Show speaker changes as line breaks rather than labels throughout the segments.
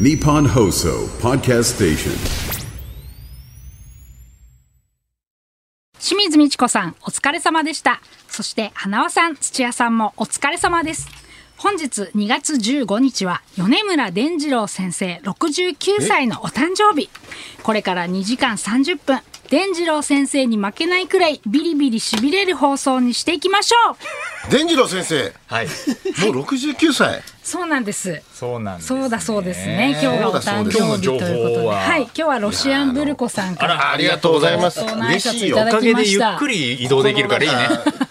Nippon Hoso Podcast Station.
清水美智子さんお疲れ様でしたそして花輪さん土屋さんもお疲れ様です本日2月15日は米村伝次郎先生69歳のお誕生日これから2時間30分伝次郎先生に負けないくらいビリビリしびれる放送にしていきましょう
伝次郎先生、
はい、
もう69歳。
そうなんです
そうなんです、ね。
そうだそうですね今日がお誕生日ということで
今日の情報は
はい今日はロシアンブルコさんから
あ
ありがとうございます。
ご挨
嬉し
拶
い
い
よ
た。だ
おか
き
げ
ま
で
し
ゆ
た
っくり移動できるからいいね。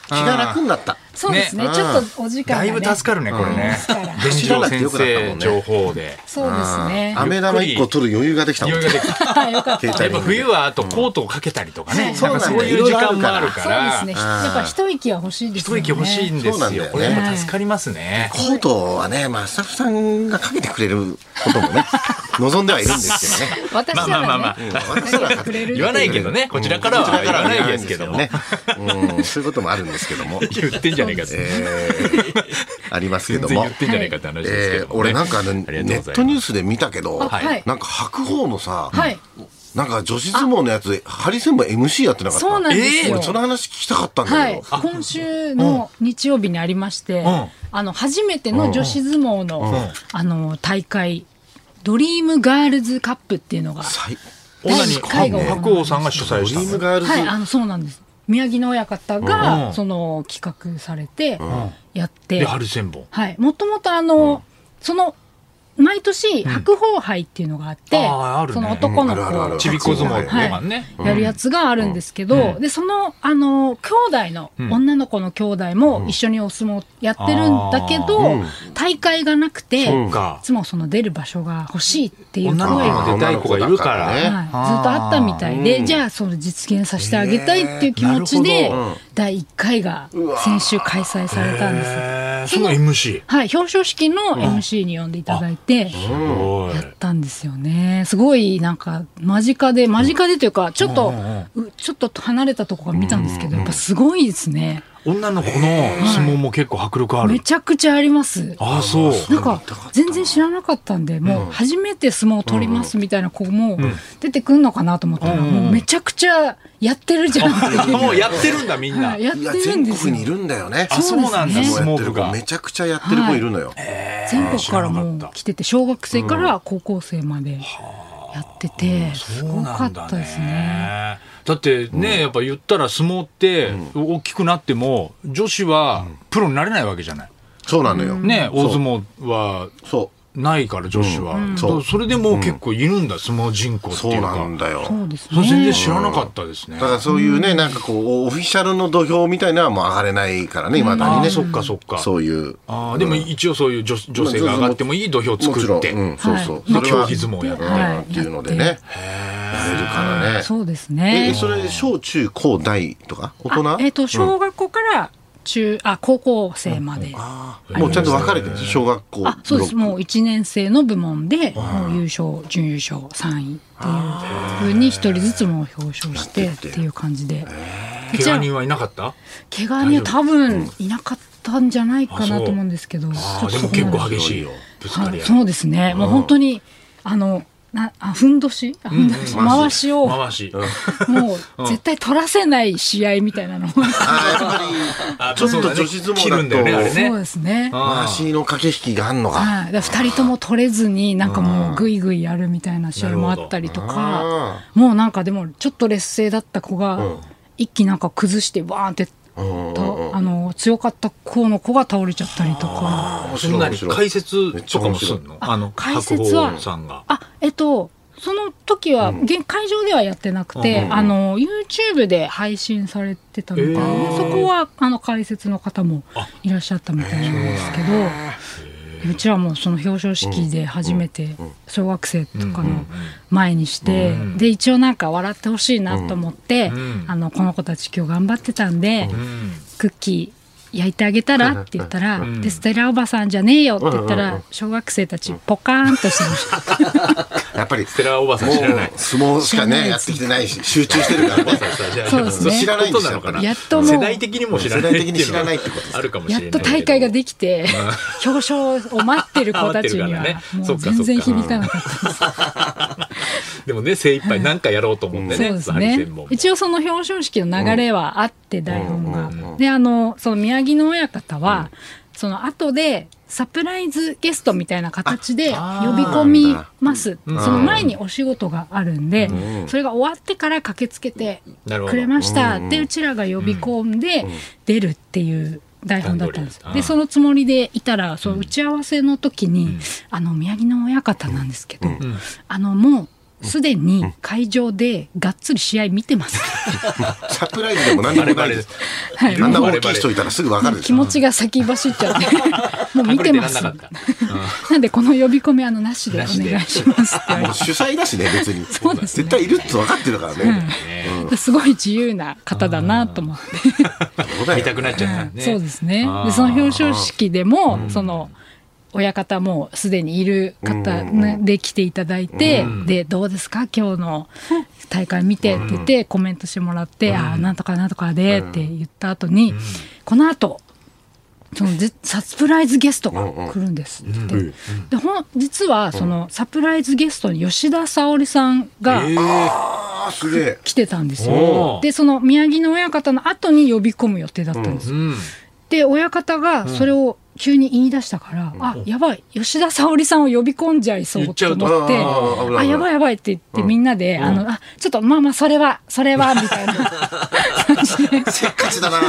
気が楽になった。
そうですね
ね
ちょっとお時間が
だ
ね
いぶ助かるねこれね
うん。
電子郎先生情報で。
そうですね
飴玉一個取る余裕ができたも
匂
ん
い。ができた。
はい よかった
やっぱ冬はあとコートをかけたりとかね、
うん
なんかそういう時間もあるか
そうです
ら
ね。、やっぱ一息は欲しいです
一
よね。
息欲しいんで
そうな
す
んだ
よ
よ。ね
これやっぱ助かりますね。
コートはね、まあスタッフさんがかけてくれることもね、 望んではいるんですけどね。
私な
まあまあまあま
ら
あ
ね、、
私らは
くれる
言わないけどね、こちらからは言わないですけども、
ね。うん、そういうこともあるんですけども。
言ってんじゃねえかって。
えーありますけ
全
ど
然
も
言っ。てんじゃねえかって話ですけ
え
ど
ー
もね。
俺なんかね
あり
ネ
がとうございます
ットニュースで見たけど、
はいはい
なんか白鵬のさ、
はい
なんか女子相撲のやつ、ハリセンボン MC やってなかった。
そうなんですよ
俺その話聞きたかったんだ
は
けど
い、。今週の日曜日にありまして、
ん
あの初めての女子相撲の、あの大会ドリームガールズカップっていうのが、
最
オナニー
確かにね
白鵬さんが主
ド
催
リ
したの
ームガールズ、
はい、あのそうなんです。宮城の親方が、
うん
その企画されて、やって、
で春千本。
はい、もともとあの、その毎年白鵬杯っていうのがあって、
うんあーあるね
その男の
うんあるあるあ
子
る
ちびっこ相撲
はい
とかね。
やるやつがあるんですけど、でそのあの兄弟の、
ん
女の子の兄弟も一緒にお相撲やってるんだけど、大会がなくて、
そう
い
か。
つもその出る場所が欲しいっていう声
女の子
が。
も出たい子がい
女の子
るから。
だからね
はい、ずっとあったみたいで、じゃあその実現させてあげたいっていう気持ち
へ
で
ーなる、
第1回が先週開催されたんですよ。
へーその MC。
はい、表彰式の MC に呼んでいただいて、
すごい。
たんですよね。すごいなんか間近で間近でというかちょっと、うちょっと離れたとこから見たんですけど、やっぱすごいですね。
女の子の相撲も結構迫力あ
め
る。
ちゃくちゃあります。
ああ、そう。
なんか全然知らなかったんで、もう初めて相撲を取りますみたいな子も出てくんのかなと思ったら、もうめちゃくちゃやってるじゃんっていう。
もうやってるんだ、みんな。
はいやっ
い
て
や
るん
全
です
国
よ
にい。るんだよね。
あ、そうなんだ、
そうです
相
やっ
撲
て
部
る子
が
め。ちゃくちゃやってる子いるのよ。
全国からも
知らな
う
かった
来てて小学生から高校生までやっててすごかったですね。
だってね、やっぱ言ったら相撲って大きくなっても女子はプロになれないわけじゃない。
そうなのよ。
ね、大相撲は
そ
ないから女子は。だからそれでもう結構いるんだ、相撲人口っ
う、
て
そう
いう
な
か
ん。だよ。
そうです
それ全然
ね。
知らなかったですね。
だからそういうね、なんかこう、オフィシャルの土俵みたいなのはもう上がれないからね、未だ
あ
に
あ、
ね。
そっかそっか。
そういう。
ああ、でも一応そういう女女性が上がってもいい土俵を
も
作
ちろ
っ
ん、
て。
うん、そうそう。
で
それは
競技相撲やる
うんっていうのでね。やれるからね。
そうです
え、
ね。
それ、小中高大とか大人
あえっ、と小学校から中、あ高校生まで。
もうちゃんと分かれてるんです小学校。
あそうです
ブロッ
もう1年生の部門でもう優勝準優勝3位っていうふうに1人ずつもう表彰してっていう感じで
怪我人はいなかった
怪我には多分いなかったんじゃないかなと思うんですけど
ああ、でも結構激しいよ。ぶつか
は
り
い、
合い。
そうですね、もう本当にあのなあふんどしあふんどし回しを
回し。
もう絶対取らせない試合みたいなのも
クあーやっぱり、
あ
ちょっと女子相撲だと
切るんだよね、あれ
そう
ね。
ですね
あー
足の駆け引きがあんのか。
はい、だから2人とも取れずになんかもうぐいぐいやるみたいな試合もあったりとかもうなんかでもちょっと劣勢だった子が一気になんか崩してバーンってとあの強かった方の子が倒れちゃったりとか
面
そんなに解説とかもす
め
ん
っ
のあの、
解
白
説は
鵬さんが。
あえっとその時は、現会場ではやってなくて、あの YouTube で配信されてたみたいで、
へー
そこはあの解説の方もいらっしゃったみたいなんですけど。うちはもうその表彰式で初めて小学生とかの前にしてで一応なんか笑ってほしいなと思って
ん
あのこの子たち今日頑張ってたんでクッキー焼いてあげたらって言ったら、でステラおばさんじゃねえよって言ったら、小学生たちポカーンとしてました。
やっぱり
ステラおばさん
もう
知らない
相撲しかねやってきてないし集中してるからね
そうですね
知らないんですよ
ことなのかな
やっともう
世代的にも知らな
世
い
代的に知らないってことです
あるかもし
や
れ
っ
ない
と大会ができて、表彰を待ってる子たちには
待ってるから、ね
も
そうっかそっ
全
か
然響かなかった。
でもね精一杯何かやろうと思ってね、
そうですね。一応その表彰式の流れはあって、台本が。で、あの、その宮城の親方は、その後で、サプライズゲストみたいな形で呼び込みます。その前にお仕事があるんで、それが終わってから駆けつけて
なるほど
くれました。で、うちらが呼び込んで出るっていう台本だったんです
段取りで。す
で、そのつもりでいたら、その打ち合わせの時に、あの、宮城の親方なんですけど、あの、もう、すでに会場でがっつり試合見てます。
サプライズでも何でもないです
はい、
あん
も
な
う
大きい人いたらすぐ分かるでし
気
ょ
持ちが先走っちゃって、もう見てます。
隠れてらんなかったうん
なんで、この呼び込み、あの、なしでお願いしますって言われ
もう主催だしね別に
そうですね
絶対いるって分かってるからね
て、すごい自由な方だなと思って。
どうだよ
見たくなっちゃったんで、ね
そうですね
あ。ー
でその表彰式でも、その親方もすでにいる方ねで来ていただいて、でどうですか今日の大会見てって言ってコメントしてもらって、ああなんとかなんとかでって言った後に、この後そのじサプライズゲストが来るんですって言って、でほん実はそのサプライズゲストに吉田沙保里さんが
あーすげえ
来てたんです
お
よ
ー。
でその宮城の親方の後に呼び込む予定だったんです。
うん、
で親方がそれを急に言い出したから、あやばい吉田沙保里さんを呼び込んじゃいそう
言っちゃ
と
うと
思って
あー危ない危
あ
ない
やばいやばいって言ってみんなで、あのあちょっとまあまあそれはそれはみたいな感じで
せっかちだな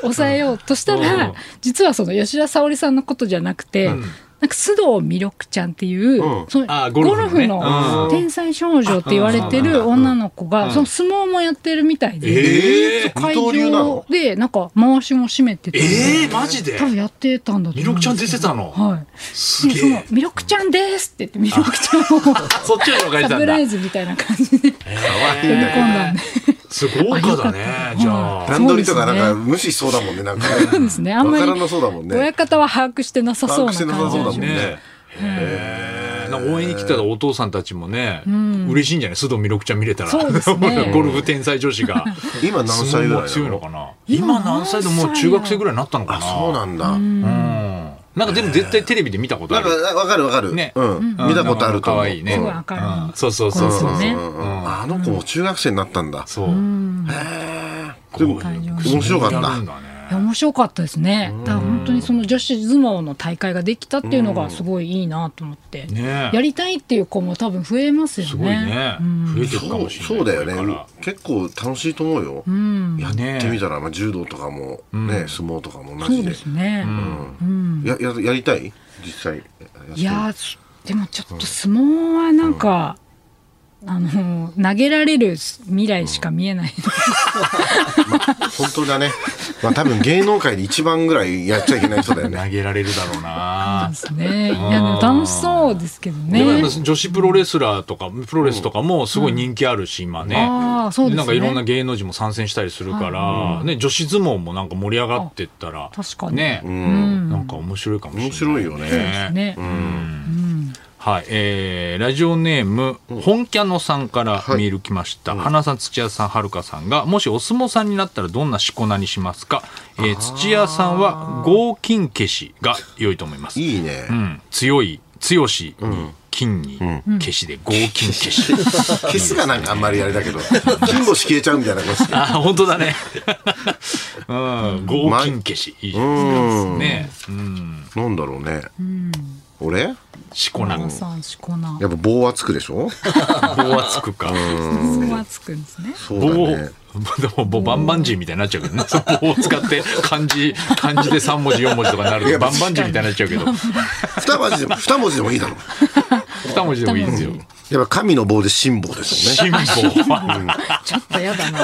抑えようとしたら、
うん
実はその吉田沙保里さんのことじゃなくて、なんか須藤弥勒ちゃんっていう、
うん
その
あー
ゴ
ゴ
ル
ルフ
フ
ね
の
うん
天才少女って言われてる女の子が、その相撲もやってるみたいで、
ええ
二
会
刀流な
場
の
でなんか回しも締めてて。
ええマジで
多分やってたんだと
ミ
思う
ロクちゃん
で
出
すよ
てたの、
はい。
す
でそ
げ
の
え
ミロクちゃんですって言ってミロクちゃんを
そっちの方がい
サ
た
プラ
んだ
イズみたいな感じで呼び込んだんで。
すごい豪華だねじゃあ
段取りとかなんか
そ
無視しそうだもんねなんか
そうですね。あんまり
わからなそうだもんね
親方は把握してなさそうな
把握してなさ
感
そ
じ
うだもん
で。
ね
ええなんか応援に来てたお父さんたちもね、嬉しいんじゃない須藤弥勒ちゃん見れたら
そうですね
ゴルフ天才女子が
今 何歳ぐらいなの
強いのかな
今
今
何
何
歳
歳
だ
でもう中学生ぐらいになったのか
あ
な
そうなんだ
うんなんかでも絶対テレビで見たこと
な
あ
んか
る
わかるわかる
ね
うん見たことあると
か
思う
わいいね
すごい明るい
うんそうそうそう
子です
そ
よ
う
ね
うんうんうんあの子も中学生になったんだ
そう
でも面白かった
やるんだね
いや面白かったですね。だから本当にその女子相撲の大会ができたっていうのがすごいいいなと思って。
ねえ
やりたいっていう子も多分増えますよね。
すごいね
うん
増えてるか
そ
も
う
し
そ
れ
うだ
ない
よ
これ
ね
か
結構楽しいと思うよやってみたらまあ柔道とかもね相撲とかも同
そう
じ
で
です
ね。
やややりたい実際やって
いやーすでもちょっと相撲はなんか、あのー投げられる未来しか見えない、
本当だねまあ多分芸能界で一番ぐらいやっちゃいけない人だよ
ら
ね
投げられるだろうな
ですね。いやでも楽しそうですけど
でもやっぱ
ね。
女子プロレスラーとかプロレスとかもすごい人気あるし、今ね
あーそうですね
なんかいろんな芸能人も参戦したりするから、ね、女子相撲もなんか盛り上がってったら
確かに
ね、なんか面白いかもしれない、
面白いよね
ね、
はい、えーラジオネーム、本キャノさんからメール来ました。花さん、土屋さん、はるかさんが、もしお相撲さんになったらどんなしこ名にしますか、えー土屋さんは、合金消しが良いと思います。
いいね
うん、強い、強しに、金に、消しで、合金消し。
消すがなんかあんまりあれだけど金星消えちゃうみたいなことして
あ、本当だね。 うん、合金消し。いいじゃないですか。ね。うん、
なんだろうね俺や
しこ名。
花
棒
さんしこな。
っぱ棒はつくでしょ
はつくか。
そうはつくん ですね。
そう
棒を、
だね
でも棒バンバンジーみたいになっちゃうけどね。その棒を使って漢字、漢字で3文字4文字とかになるとバンバンジーみたいになっちゃうけど、
二文字でも二文字でもいいだろ
2文字でもいいですよ。
やっぱ神の棒で辛抱ですよね
神棒。
ちょっとやだな。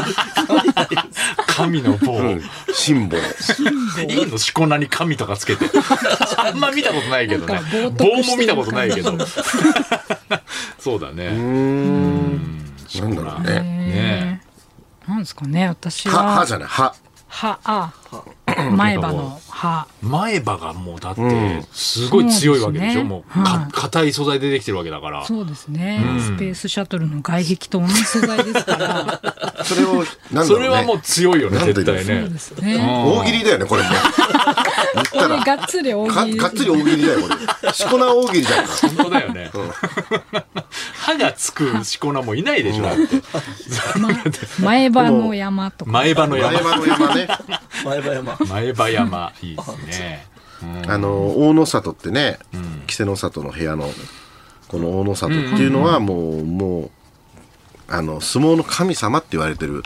神の棒。
うん辛抱
いいのしこ名に神とかつ けて。あんま見たことないけどね
なんか冒涜し。てる
棒も見たことないけど。そうだね。
なんだろうね
ね
なんですかね、私
歯歯
は。
じゃない歯
は、あ。前歯の歯。
前歯がもうだってすごい強いわけでしょ、
うん
も
そ
う
うですね
か硬い素材でできてるわけだから
そうですね、スペースシャトルの外壁と同じ素材ですから。
それを、なんだろうね。
それはもう強いよね
なん
絶
と言いま
対
す
そう
ね
ですね。
大喜利だよね、これ ね。
これがっつり大
か
喜利。
かっつり大喜利だよ、これ。しこな大喜利じゃんか。
本当だよね歯がつくしこなもいないでしょだって
前歯の山とか。
前歯の
前
山
歯の山ね。
前歯山。
前歯山いいですね
あの、大野里ってね、稀勢の里の部屋の、この大野里っていうのはもう、もう、あの、相撲の神様って言われてる、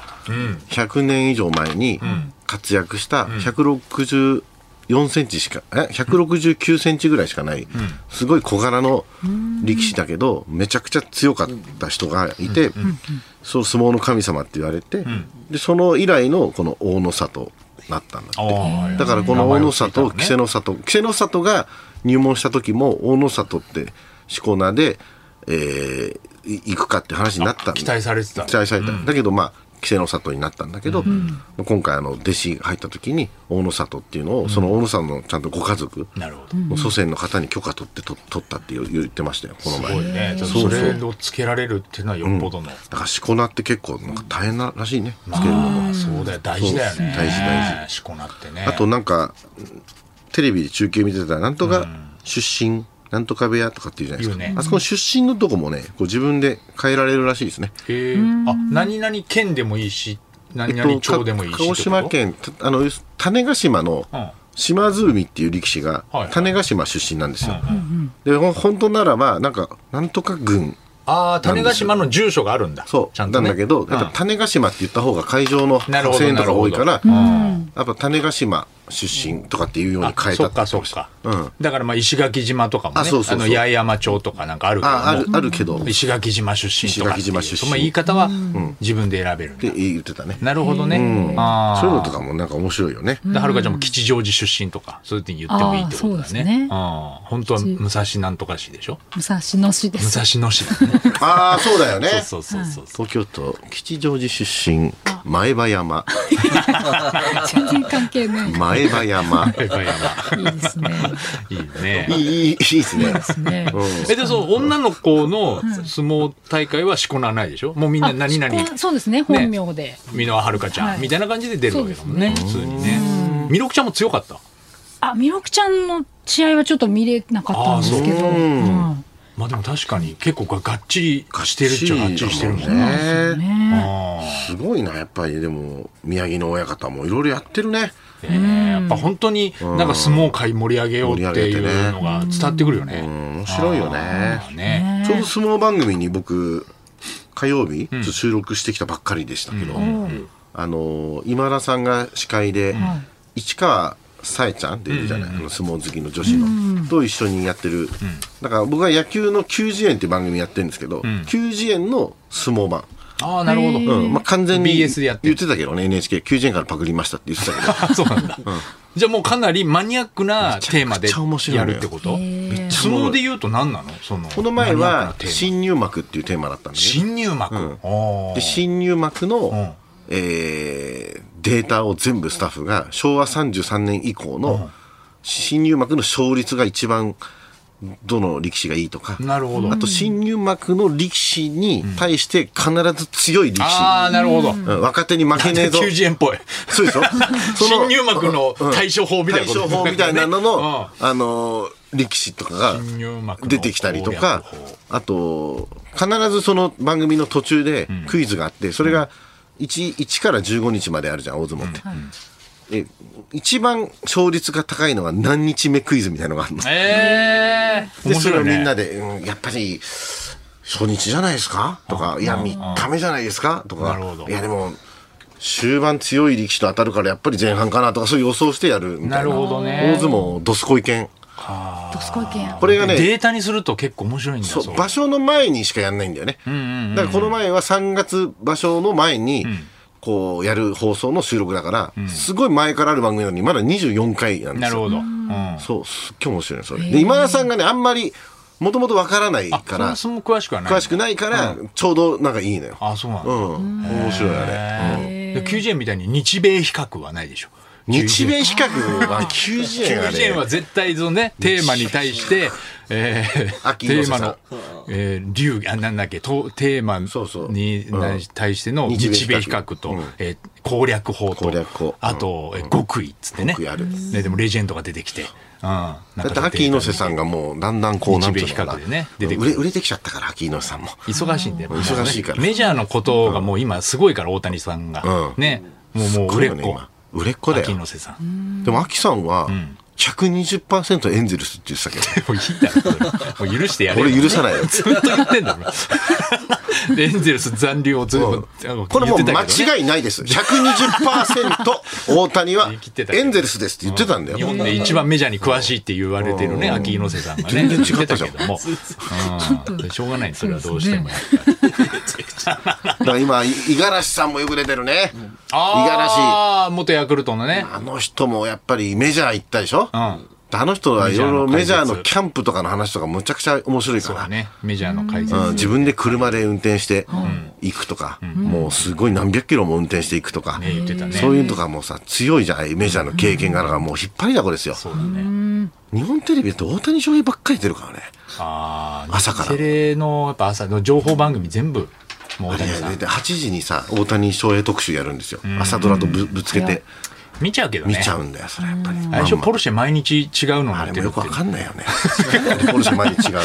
100年以上前に活躍した164センチしか、え、169センチぐらいしかない、すごい小柄の力士だけど、めちゃくちゃ強かった人がいて、その相撲の神様って言われて、で、その以来のこの大野里だったんだって
あー
だからこの大野里、稀勢の里、稀勢の里が入門した時も大野里ってしこ名で、えーい行くかって話になったんだ
期待されてた
期待された。だけどまあ、稀勢の里になったんだけど、今回あの、弟子入った時に大野里っていうのを、その大野さんのちゃんとご家族、
なるほど
の祖先の方に許可取ってと取ったって言う言ってましたよ、この
すごい
前。
ね
そ
そう
そう
れをつけられるっていうのはよっぽどの、
だからしこ名って結構なんか大変ならしいね。つけるの
ああそうだよ大事だよね
そう大事大
事しこなってね
あとなんかテレビで中継見てたらなんとか出身なんとか部屋とかっていうじゃないですか、
言うね
あそこの出身のとこもねこう自分で変えられるらしいですね
へえあ何々県でもいいし何々町でもいいし
か鹿児島県たあの種子島の
うん
島津海っていう力士が
はいはい
種子島出身なんですよ、でほん本当ならばなんかなんとか軍
ああ種子島の住所があるんだ
そう
ちゃんと、ね、
なんだけど、
う
やっぱ種子島って言った方が会場の
なるほど
声援とか多いから、
なるほど
やっぱ種子島出身とかっていうように
あ
変え
そ
たって言っ
っか
て
そっ
ました
か、
うん
だからまあ石垣島とかもね
あそうそうそう
あの八重山町とかなんかあるから
あある
もう
あるけど、
石垣島出身とかっていう
石垣島出身
その言い方は自分で選べるん
っ
だ、
て言ってたね。
なるほどね、ああ
そういうのとかもなんか面白いよね。
ではるかちゃんも吉祥寺出身とかそういうふうに言ってもいいってこと
あーそう
だ
です
ね
ね
あー本当は武蔵なんとか市でしょ
武蔵野市で
武
す。
蔵野市だね
ああ、そうだよね。
そうそうそうそう、
東京都吉祥寺出身、前葉山、
全然関係ない。
前葉山。
やっぱりやば
いいですね。
いいね
いい、いい、いいですね。
ね
えでそう女の子の相撲大会はしこなないでしょもうみんな何々
あそうですね、本名で。
箕輪はるかちゃん、
はい
みたいな感じで出るわけだもんね
そう
普通にね弥勒ちゃんも強かった
あ、弥勒ちゃんの試合はちょっと見れなかったんですけど。うん
まあでも確かに結構ががっちりしてるっちゃがっちりしてるもんね
ね。
ね
あ
すごいな、やっぱりでも、宮城の親方もいろいろやってるね。
ーねやっぱ本当になんか相撲界盛り上げようって
盛り
い
上げて
う
ね
のが伝わってくるよね
うん面白いよね
あ。ーね
ちょうど相撲番組に僕、火曜日、ちょっと収録してきたばっかりでしたけど、あのー、今田さんが司会で、市川さえちゃんっていうじゃない、あの相撲好きの女子の、と一緒にやってる、だから僕は野球の球児園っていう番組やってるんですけど、球児園の相撲版。
ああなるほど、
うん、まあ、完全に
BS でやって
言
る
ってたけどね、NHK、球児園からパクりましたって言ってたけど、
あ そうなんだ、じゃあもうかなりマニアックなテーマで
めちゃくちゃ面白い
や
のよ
るってこと
めっちゃお
相
もろ
撲
い
で言うと何なのその
この前
マニアッ
は
クなテーマ
新入幕っていうテーマだったんで、ね、
新入幕、
ん
おー
で新入幕の、
ん
えーデータを全部スタッフが昭和33年以降の新入幕の勝率が一番どの力士がいいとか、
なるほど
あと新入幕の力士に対して必ず強い力
ああ
士、
なるほど
うん若手に負けねえ ぞ。
90円っぽい
そうでしょその
新入幕の対処法みたいなこと
対処法みたいなのの、
うん
あのー力士とかが
新入幕の
出てきたりとか
攻略法
あと必ずその番組の途中でクイズがあって、それが 1, 1から15日まであるじゃん大相撲って、で一番勝率が高いのは何日目クイズみたいなのがあるの、
ええ
でそれをみんな
で
で、うんやっぱり初日じゃないですかとかいや3日目じゃないですかと
な
か
るほど
いやでも終盤強い力士と当たるからやっぱり前半かなとかそういう予想してやるみた
ない
な
るほどね
大相撲どすこい剣
どすこいけん。
これがね
データにすると結構面白いんだ
そう場所の前にしかやんないんだよねだからこの前は3月場所の前にこうやる放送の収録だからすごい前からある番組なのにまだ24回なんで
な
す
る
よ
ほど、うん
そうすっげえ面白いねそれで今田さんがねあんまりもともとわからない
あ
か
そ
ら
もそも詳しくはない
詳しくないからちょうどなんかいいのよ
あそうなんだ、
うん面白いあれ
へーで90円みたいに日米比較はないでしょ
日米比較 は90円あ
90円
れ
は絶対そのね、テーマに 対して、えー、
秋
テ
広
ー
瀬さ
マ
ん
の、えー、流あ、なんだっけ、とテーマ
そうそう
に
うん
対しての
日米比較
日米比較と
うん、
えー攻略法
攻
と
略法、
あと、えー極意っつってね
極意ある。
ね、でもレジェンドが出てきて、うん。だ
だって秋猪瀬さんがもうだんだんこうなんていうのかな
日米比較でね出てく
売
る
れ売れてきちゃったから秋猪瀬さんも
忙しいんで、
忙しいから
メジャーのことがもう今すごいから、大谷さんが
う。ん
ね、もうもう
こ
売れ
れよ
っ
ね
子
今。売れっ子だよ
秋野瀬さん。
でも秋さんは120%エンゼルスって言ってた けど
もういいだろそれ、もう許してやれよ。
俺許さないよ
ずっと言ってんだもん。エンゼルス残留をずっとあの
これ
言
も
っ
う
てたけど
間
ね
違いない です。120%大谷は
言い切ってたけど
エンゼルスですって言ってたんだ
日
よ。
本で一番メジャーに詳しいって言われてるね、秋猪瀬さんが
全
ね。
然違ったじゃん
言てけども。うんしょうがないねそれはどうしても。
だから今、い五十嵐さんもよく出てるね。五十嵐。
ああ、元ヤクルトのね。
あの人もやっぱりメジャー行ったでしょ
うん
あの人はいろいろメ
メ
ジ
ジ
ャ
ャ
ー
ーの解説
のキャンプとかの話とかむちゃくちゃ面白いから。
ね、メジャーの解説。
うん自分で車で運転して行くとか、もうすごい何百キロも運転していくとか、
ね言ってたね
そういうのとかもうさ、強いじゃない、メジャーの経験があるから、もう引っ張りだこですよ。
そうだね。
日本テレビって大谷翔平ばっかり出てるからね。
ああ、
朝から
日テレの、やっぱ朝の情報番組全部、もう大
い
谷
や
さ
大
ん。
体8時にさ大谷翔平特集やるんですよ朝ドラとぶぶつけて
見ちゃうけどね。
見ちゃうんだよそれやっぱり
最初
まんま
ポルシェ毎日違うの
あれ
売
も
ってる
よ
って
くわかんない よねなんでポルシェ毎日違うの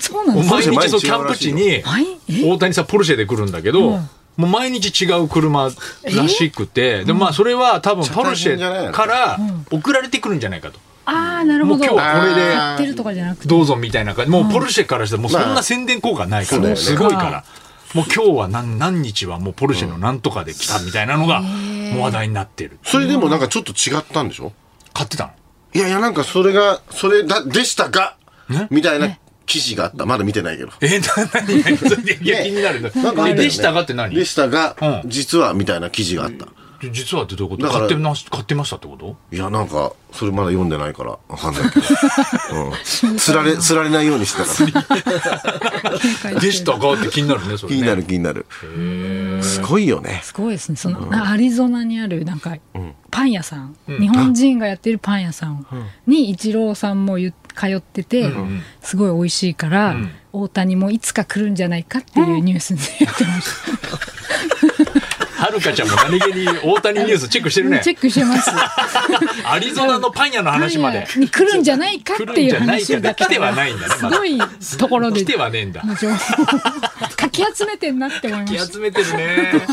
そうなんです
毎
ポルシェ毎
日
日
そうキャンプ地に
はいえ
大谷さんポルシェで来るんだけど、もう毎日違う車らしくて、でもまあそれは多分ポルシェから送られてくるんじゃないかと。
ああなるほど
もう今日はこれで
やってるとかじゃなくて
どうぞみたいな感じ。もうポルシェからしたらもうそん
まあ
な宣伝効果ないか
そうだ
ら、
よね
すごいから。もう今日は何何日はもうポルシェのなんとかで来たみたいなのがもう話題になってる。
それでもなんかちょっと違ったんでしょ
買ってたの
いやいやなんかそれがそれだでしたが
ね
みたいな記事があったまだ見てないけど
え、 な、なに、いや、気になるな。
なんかあった
え
よね
でしたがって何
でしたが
うん
実はみたいな記事があった
実はってどういうこ
だ
と
から
買ってな買ってましたってこと
いやなんかそれまだ読んでないからわかんないけ どうんつられつられないようにしてたから
でしたかって気になるね、それ、
気
ね。
になる気になるすごいよね
すごいですねその、なアリゾナにあるなんかパン屋さん、日本人がやってるパン屋さんにイチローさんもゆ通ってて、すごい美味しいから、大谷もいつか来るんじゃないかっていうニュースでやってました、
はるかちゃんも何気に大谷ニュースチェックしてるね
チ。ェックして ます
アリゾナのパン屋の話まで
パ。ン屋に来るんじゃないかっていう話だから
来るんじゃないか来てはないんだね
す
まだ
ごいところで
来 てはねえんだ。
情報をかき集めてんなって思いま
気
した
集めて るね。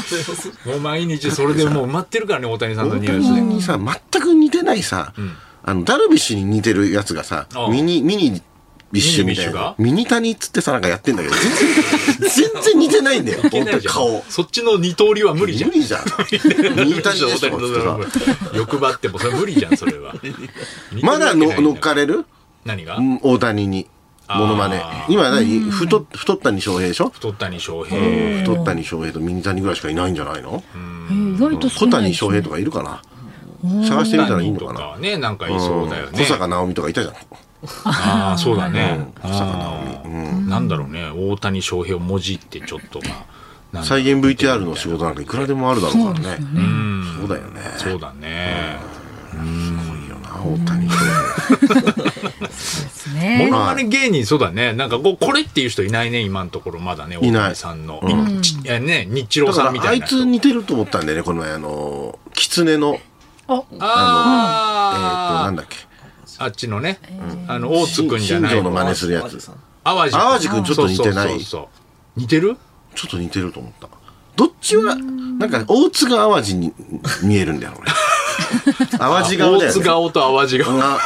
もう毎日それでもう埋まってるからね、大谷さんの
大
ニュー
谷にさ全く似てないさ、あのダルビッシュに似てるやつがさ
ああ
ミニミニビッシュみたいなミニタニっつってさなんかやってんだけど 全然全然似てないんだよ本当に
ス。
顔
そっちの二刀流は無理じゃん。
無理じゃんミニ タニで
大
すと
谷
か
の
つってさ
欲張ってもそれ無理じゃん、それは。
まだの乗っか
れ。
れる
何が
うん大谷に
ああ
モノマネ今何太っ太ったに翔平でしょ
太ったに翔
う
平。
ん太ったに翔平とミニタニぐらいしかいないんじゃないの
うん意外と
小
少ない
谷
です
翔
ね
平とかいるかな探してみたらいいの
と
か
か
な
はね、なんかいそうだよ
うん小。
ね
坂直美とかいたじゃん
ああ、そうだね。
うん小坂直美うん
なんだろうね、大谷翔平をもじってちょっとまあ、なんだ
再現 VTR の仕事なんかいくらでもあるだろうからね。うんそうだよね。
そうだね。
いいよな、大谷翔
ですね
モノマネ芸人、そうだね。なんかこう、これっていう人いないね、今のところまだね、
いない
大谷さんの。ちいやね、日郎
平。
さ
だ
んみ
から、
た
あ
い
い
な人。
つ似てると思ったんだよね、この前、あの、狐の、えっ
あ
と、な
あ
ん
ー
だっけ。
あっちのね、あの、大津くんじゃ
新
ない。
庄の真似するやつ。ちょ
淡路
淡路君ちょっと似てない
そうそうそうそう似てる
っと似てると思った。どっちは、なんか、大津が淡路に見えるんだよ、俺。淡路顔だ
大
よ
津
ね。
顔と淡路顔。
あ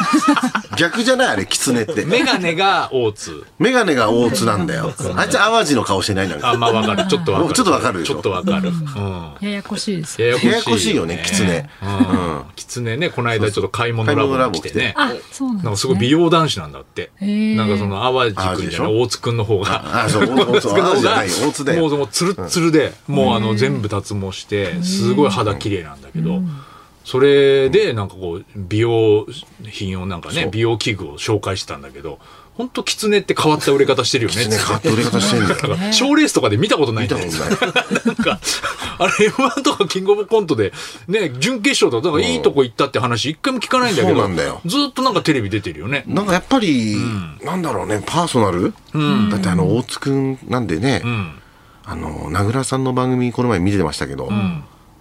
逆じゃないあれ、狐って。
メガネが大津。
メガネが大津なんだよ。あいつ淡路の顔してないなん
あ、
か。
まあわかる。ちょっとわかる。
ちょっとわかるでしょ
ちょっとわかる。うん。
ややこしいです
や
や
やこしいよね、狐。
うん。狐ね、この間ちょっと買い物ラボに来てね。
あそうなん
なん
で
か
す
す
ね
ごい美容男子なんだって。
ー
なんかその淡路君じゃ
淡路で
ない、大津君の 方が。
あ、そう、大津、淡路じゃないよ、大津だよ。
もうもうツルッツルで、もうあの全部脱毛して、すごい肌綺麗なんだけど、それでなんかこう、美容品をなんかね、美容器具を紹介してたんだけど、本当狐って変わった売れ方してるよね。
狐変わった売れ方してるんだよ
なんか賞レースとかで見たことないん
見た
だ
こ
よ
と
ね
ない。
なんか、あれ、M1 とかキングオブコントで、ね、準決勝とか、なんかいいとこ行ったって話、一回も聞かないんだけど、
そうなんだよ
ずっとなんかテレビ出てるよね。
なんかやっぱり、なんだろうね、パーソナル、だってあの、大津くんなんでね、あの、名倉さんの番組この前見てましたけど、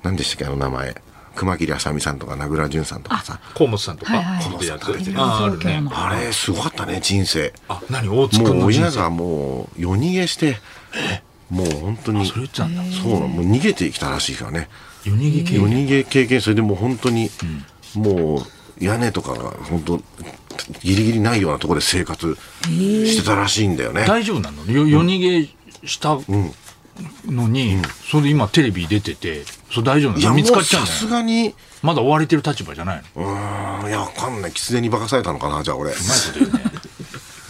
何でしたっけ、あの名前。熊切あさみさんとか、名倉潤さんとかさ。
河本さんとか、
はいはい
出てるやつ
河本さんと
あーある
造形
ね
の。
あれ、すごかったね、人生。
あ、何大津く
も
ん
う
の人
親
生。
がもう、夜逃げして、もう本当に。
それ言ってたんだ。
そうなの、もう逃げてきたらしいからね。
夜逃げ系
夜逃げ経験、それでもう本当に、もう屋根とかが本当、ギリギリないようなところで生活してたらしいんだよね。
大丈夫なのよ夜逃げしたのに、それで今テレビ出てて、それ大丈夫
い
な
や、
の
も
見
う
つかっちゃ
さ
うんじ
す
ゃない
がに、
まだ追われてる立場じゃないの
うーん、いや、わかんない。狐に化かされたのかな、じゃあ俺。
う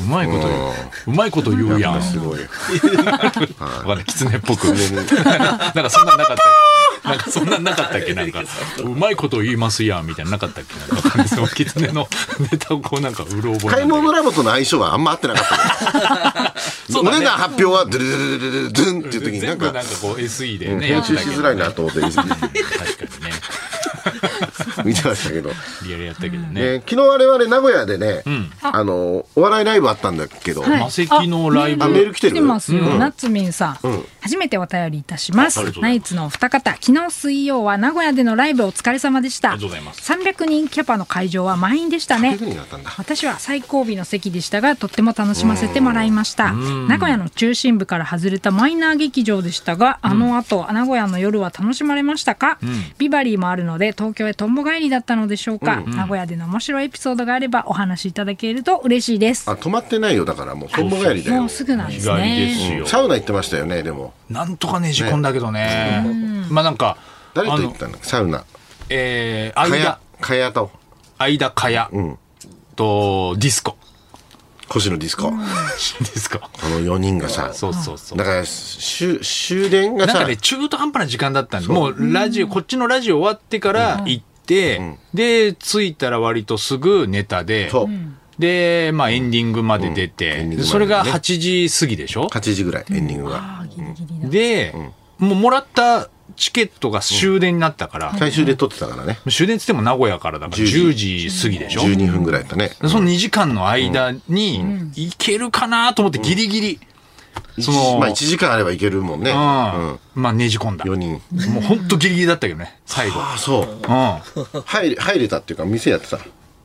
まいこと言うね。うまいこと言 う。うまいこと言うやん。
なんか
わ
す ごい。
かんない。狐っぽく。
狐に
なんかそんなんなかったっ けなんかそんなんなかったっけなんか、うまいこと言いますやん、みたいななかったっけなんかわかんないその狐のネタをこうなんかうろ覚え
買い物ラボとの相性はあんま合ってなかったね。
そうだね
お値段発表は、ドゥルルルルルドゥンっていう時にな
全
ん
部
か
なん、かこう SE で
うん
ね、や
編
っ
集
てた
し
け
づ
ど
らいなと 思って
確かにね。
見てましたけど。
リアルやったけどね。
ね、昨日我々名古屋でね、あの、お笑いライブあったんだけど、
はい
マセキのライブ
あ
あメール来てる
ますよ、ナッツミンさん、初めてお便りいたします
ありがとうござ
ナ
います
イツのお二方昨日水曜は名古屋でのライブお疲れ様でした
ありがとうございます
300人キャパの会場は満員でしたね
300人だったんだ
私は最後尾の席でしたがとっても楽しませてもらいました名古屋の中心部から外れたマイナー劇場でしたがあの後、名古屋の夜は楽しまれましたか、ビバリーもあるので東京へとんぼ帰りだったのでしょうか、名古屋での面白いエピソードがあればお話しいただけると嬉しいです
あ、止まってないよ、だからもう、とんぼ帰りだ
も
よ
う。すぐなんで
意
す
外
ね
ですよ。
サウナ行ってましたよね、でも。
なんとかねじ込んだけどね。まあなんか、
誰と
あ
行
の
ったのサウナ。
えー、
か
間
や、、かやと、
間かや、と、ディスコ。
腰のディスコ。
ディスコ。
この4人がさ、
そうそうそう
だ。から、終終電が
なん
さ
か、ね、中途半端な時間だったんで、もうラジオ、こっちのラジオ終わってから行って、で、着いたら割とすぐネタで、
そう、
で、まあエンディングまで出
うん
て、
エンディングまでね
でそれが8時過ぎでしょ
8時ぐらい、エンディングが。
あーギリギリだ
で、もうもらったチケットが終電になったから、
最終で撮ってたからね。
終電っつっても名古屋からだから
10
10時過ぎでしょ
12分ぐらいだったね。
でその2時間の間に行けるかなと思ってギリギリ、その、
まあ、1時間あればいけるもんね。う
うん
ん。
まあねじ込んだ。
4
も
人。
うほんとギリギリだったけど ね、最後。
ああ、そう。
うん。
入れ、入れたっていうか、店やってさ。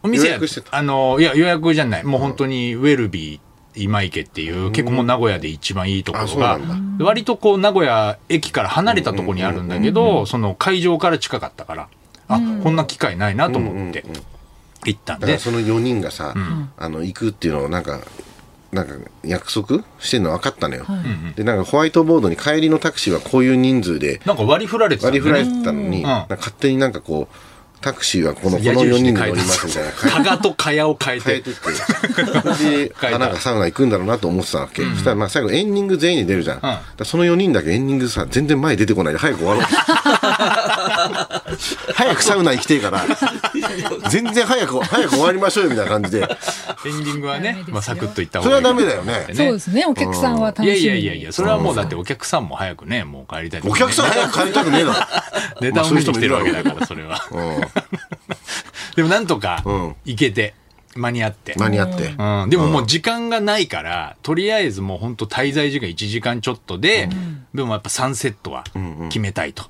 お店
予
や
約してた
あの、いや予約じゃない。もう本当にウェルビー。今池っていう結構もう名古屋で一番いいところ
あそう
が
なん
割とこう名古屋駅から離れたところにあるんだけどその会場から近かったからあこんな機会ないなと思って行った
だ
ん
か
で
らその4人がさ、あの行くっていうのをなんかなんか約束してるの分かったのよ、でなんかホワイトボードに帰りのタクシーはこういう人数で
なんか割り振られてたん
割
だ
り
よ
振
ね
られてたのに、なんか勝手になんかこうタクシーはこのこの4人で乗りますみたい な
加賀と蚊帳を変え
変え
て
てってで
変えた
あなんかサウナ行くんだろうなと思ってたわけ、そしたらまあ最後エンディング全員で出るじゃん、だからその4人だけエンディングさ全然前出てこないで早く終 わろう早くサウナ行きてえから全然早く早く終わりましょうよみたいな感じで
エンディングは
ダメで
ね
す、よ
まあ、サクッといった
そ
方
れ
がい
はいダメだよね
そうですねお客さんは楽し
い
み
や
に
いやいやいやそれはもうだってお客さんも早くねもう帰りたいと
お
かね
客さん早く帰りたくねえだろ。
ネタを見に来てるわけだからそれはでもなんとか
うん
行けて間に合って
間に合って。
うん、でももう時間がないから、とりあえずもう本当滞在時間1時間ちょっとで、でもやっぱ3セットは決めたいと、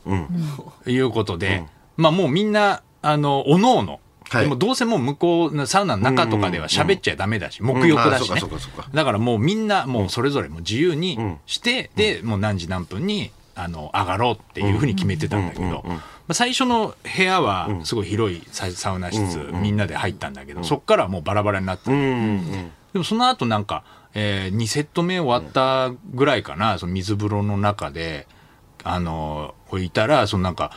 いうことで、まあもうみんな、あの、おのおの、
はい
でもどうせもう向こうのサウナの中とかでは喋っちゃダメだし、沐浴だし
うんあ
ね
そうかそうかそうか。
だからもうみんなもうそれぞれもう自由にして、で、もう何時何分に、あの、上がろうっていうふうに決めてたんだけど、まあ最初の部屋はすごい広いササウナ室、みんなで入ったんだけど、そっからはもうバラバラになってでもその後なんか、え2セット目終わったぐらいかな、その水風呂の中で、あのーいたら、そのなんか、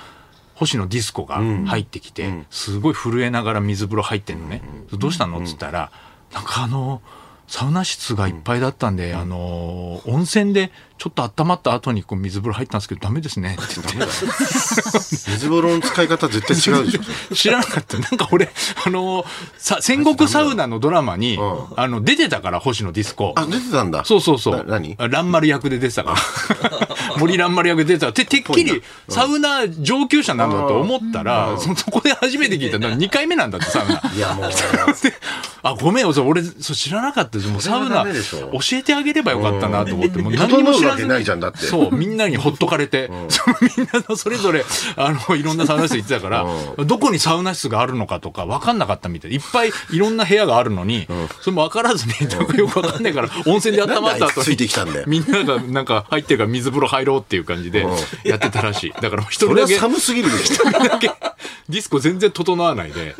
星野ディスコが入ってきて、すごい震えながら水風呂入ってんのね。どうしたのっつったら、なんかあのーサウナ室がいっぱいだったんで、あのー温泉でちょっと温まった後にこう水風呂入ったんですけどダメですねって言って
水風呂の使い方絶対違うでしょ。
知らなかった。なんか俺、あのーさ、戦国サウナのドラマに、
う
あの、出てたから、星野ディスコ。
あ、出てたんだ。
そうそうそう。
な何
あ蘭丸役で出てたから。 森蘭丸役で出てたから。て、てっき
ぽいなう
り
ん、
サウナ上級者なんだと思ったら、そそこで初めて聞いた。2回目なんだって、サウナ。
いや、もう。
であ、ごめんよ、そう俺、そう知らなかったです。もうサウ
それはダ
ナ、
メでしょ
教えてあげればよかったなと思って、もう
整
も
うわけないじゃん、だって。
そう、みんなにほっとかれて、 そうみんなのそれぞれ、あの、いろんなサウナ室行ってたから、どこにサウナ室があるのかとか分かんなかったみたい。いっぱいいろんな部屋があるのに、それも分からずに、 なんかよく分かんないから、温泉で温ま
なん
った
であい
後
つついてきたんだよ
に、みんながなんか入ってるから水風呂入ろうっていう感じでやってたらしい。だから
そ
一人
れ
だ
は
け、
寒すぎるでしょ。
だけディスコ全然整わないで、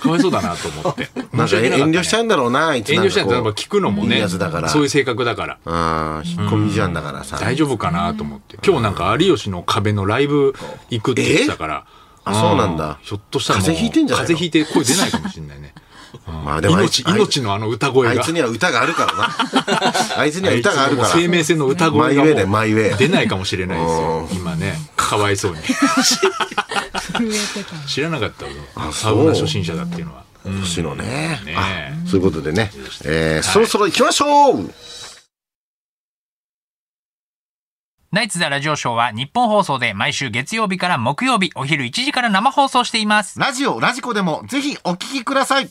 かわいそうだなと思って。
なんか
申し訳なか
遠
ったね
慮しちゃうんだろうな、あいつ
遠慮しちゃうと
な
なんんか
か
聞くのも
いい
ね、
やつだから
そういう性格だから。
ああ、引っ込みじゃんだからさ。
大丈夫かなと思って今日なんか有吉の壁のライブ行くって言ってたから、
えーあそうなんだ
ひょっとしたらもう
風邪ひいてんじゃないの
風邪ひいて声出ないかもしれないね
まあでもあいつ
命命のあの歌声
あ
が
いつには歌があるからな。 あいつには歌があるか
あいつの生
ら。
命線の歌声
マイウェイだ
が
よ
も
マイウェイ
う出ないかもしれないですよ今ねかわいそうに
震えてた
知らなかった俺
あ
サウナ初心者だっていうのは
星野ね。
ね
あ、そういうことでね。えーそろそろ行きましょう
ナイツザラジオショーは日本放送で毎週月曜日から木曜日お昼1時から生放送しています。
ラジオ、ラジコでもぜひお聞きください。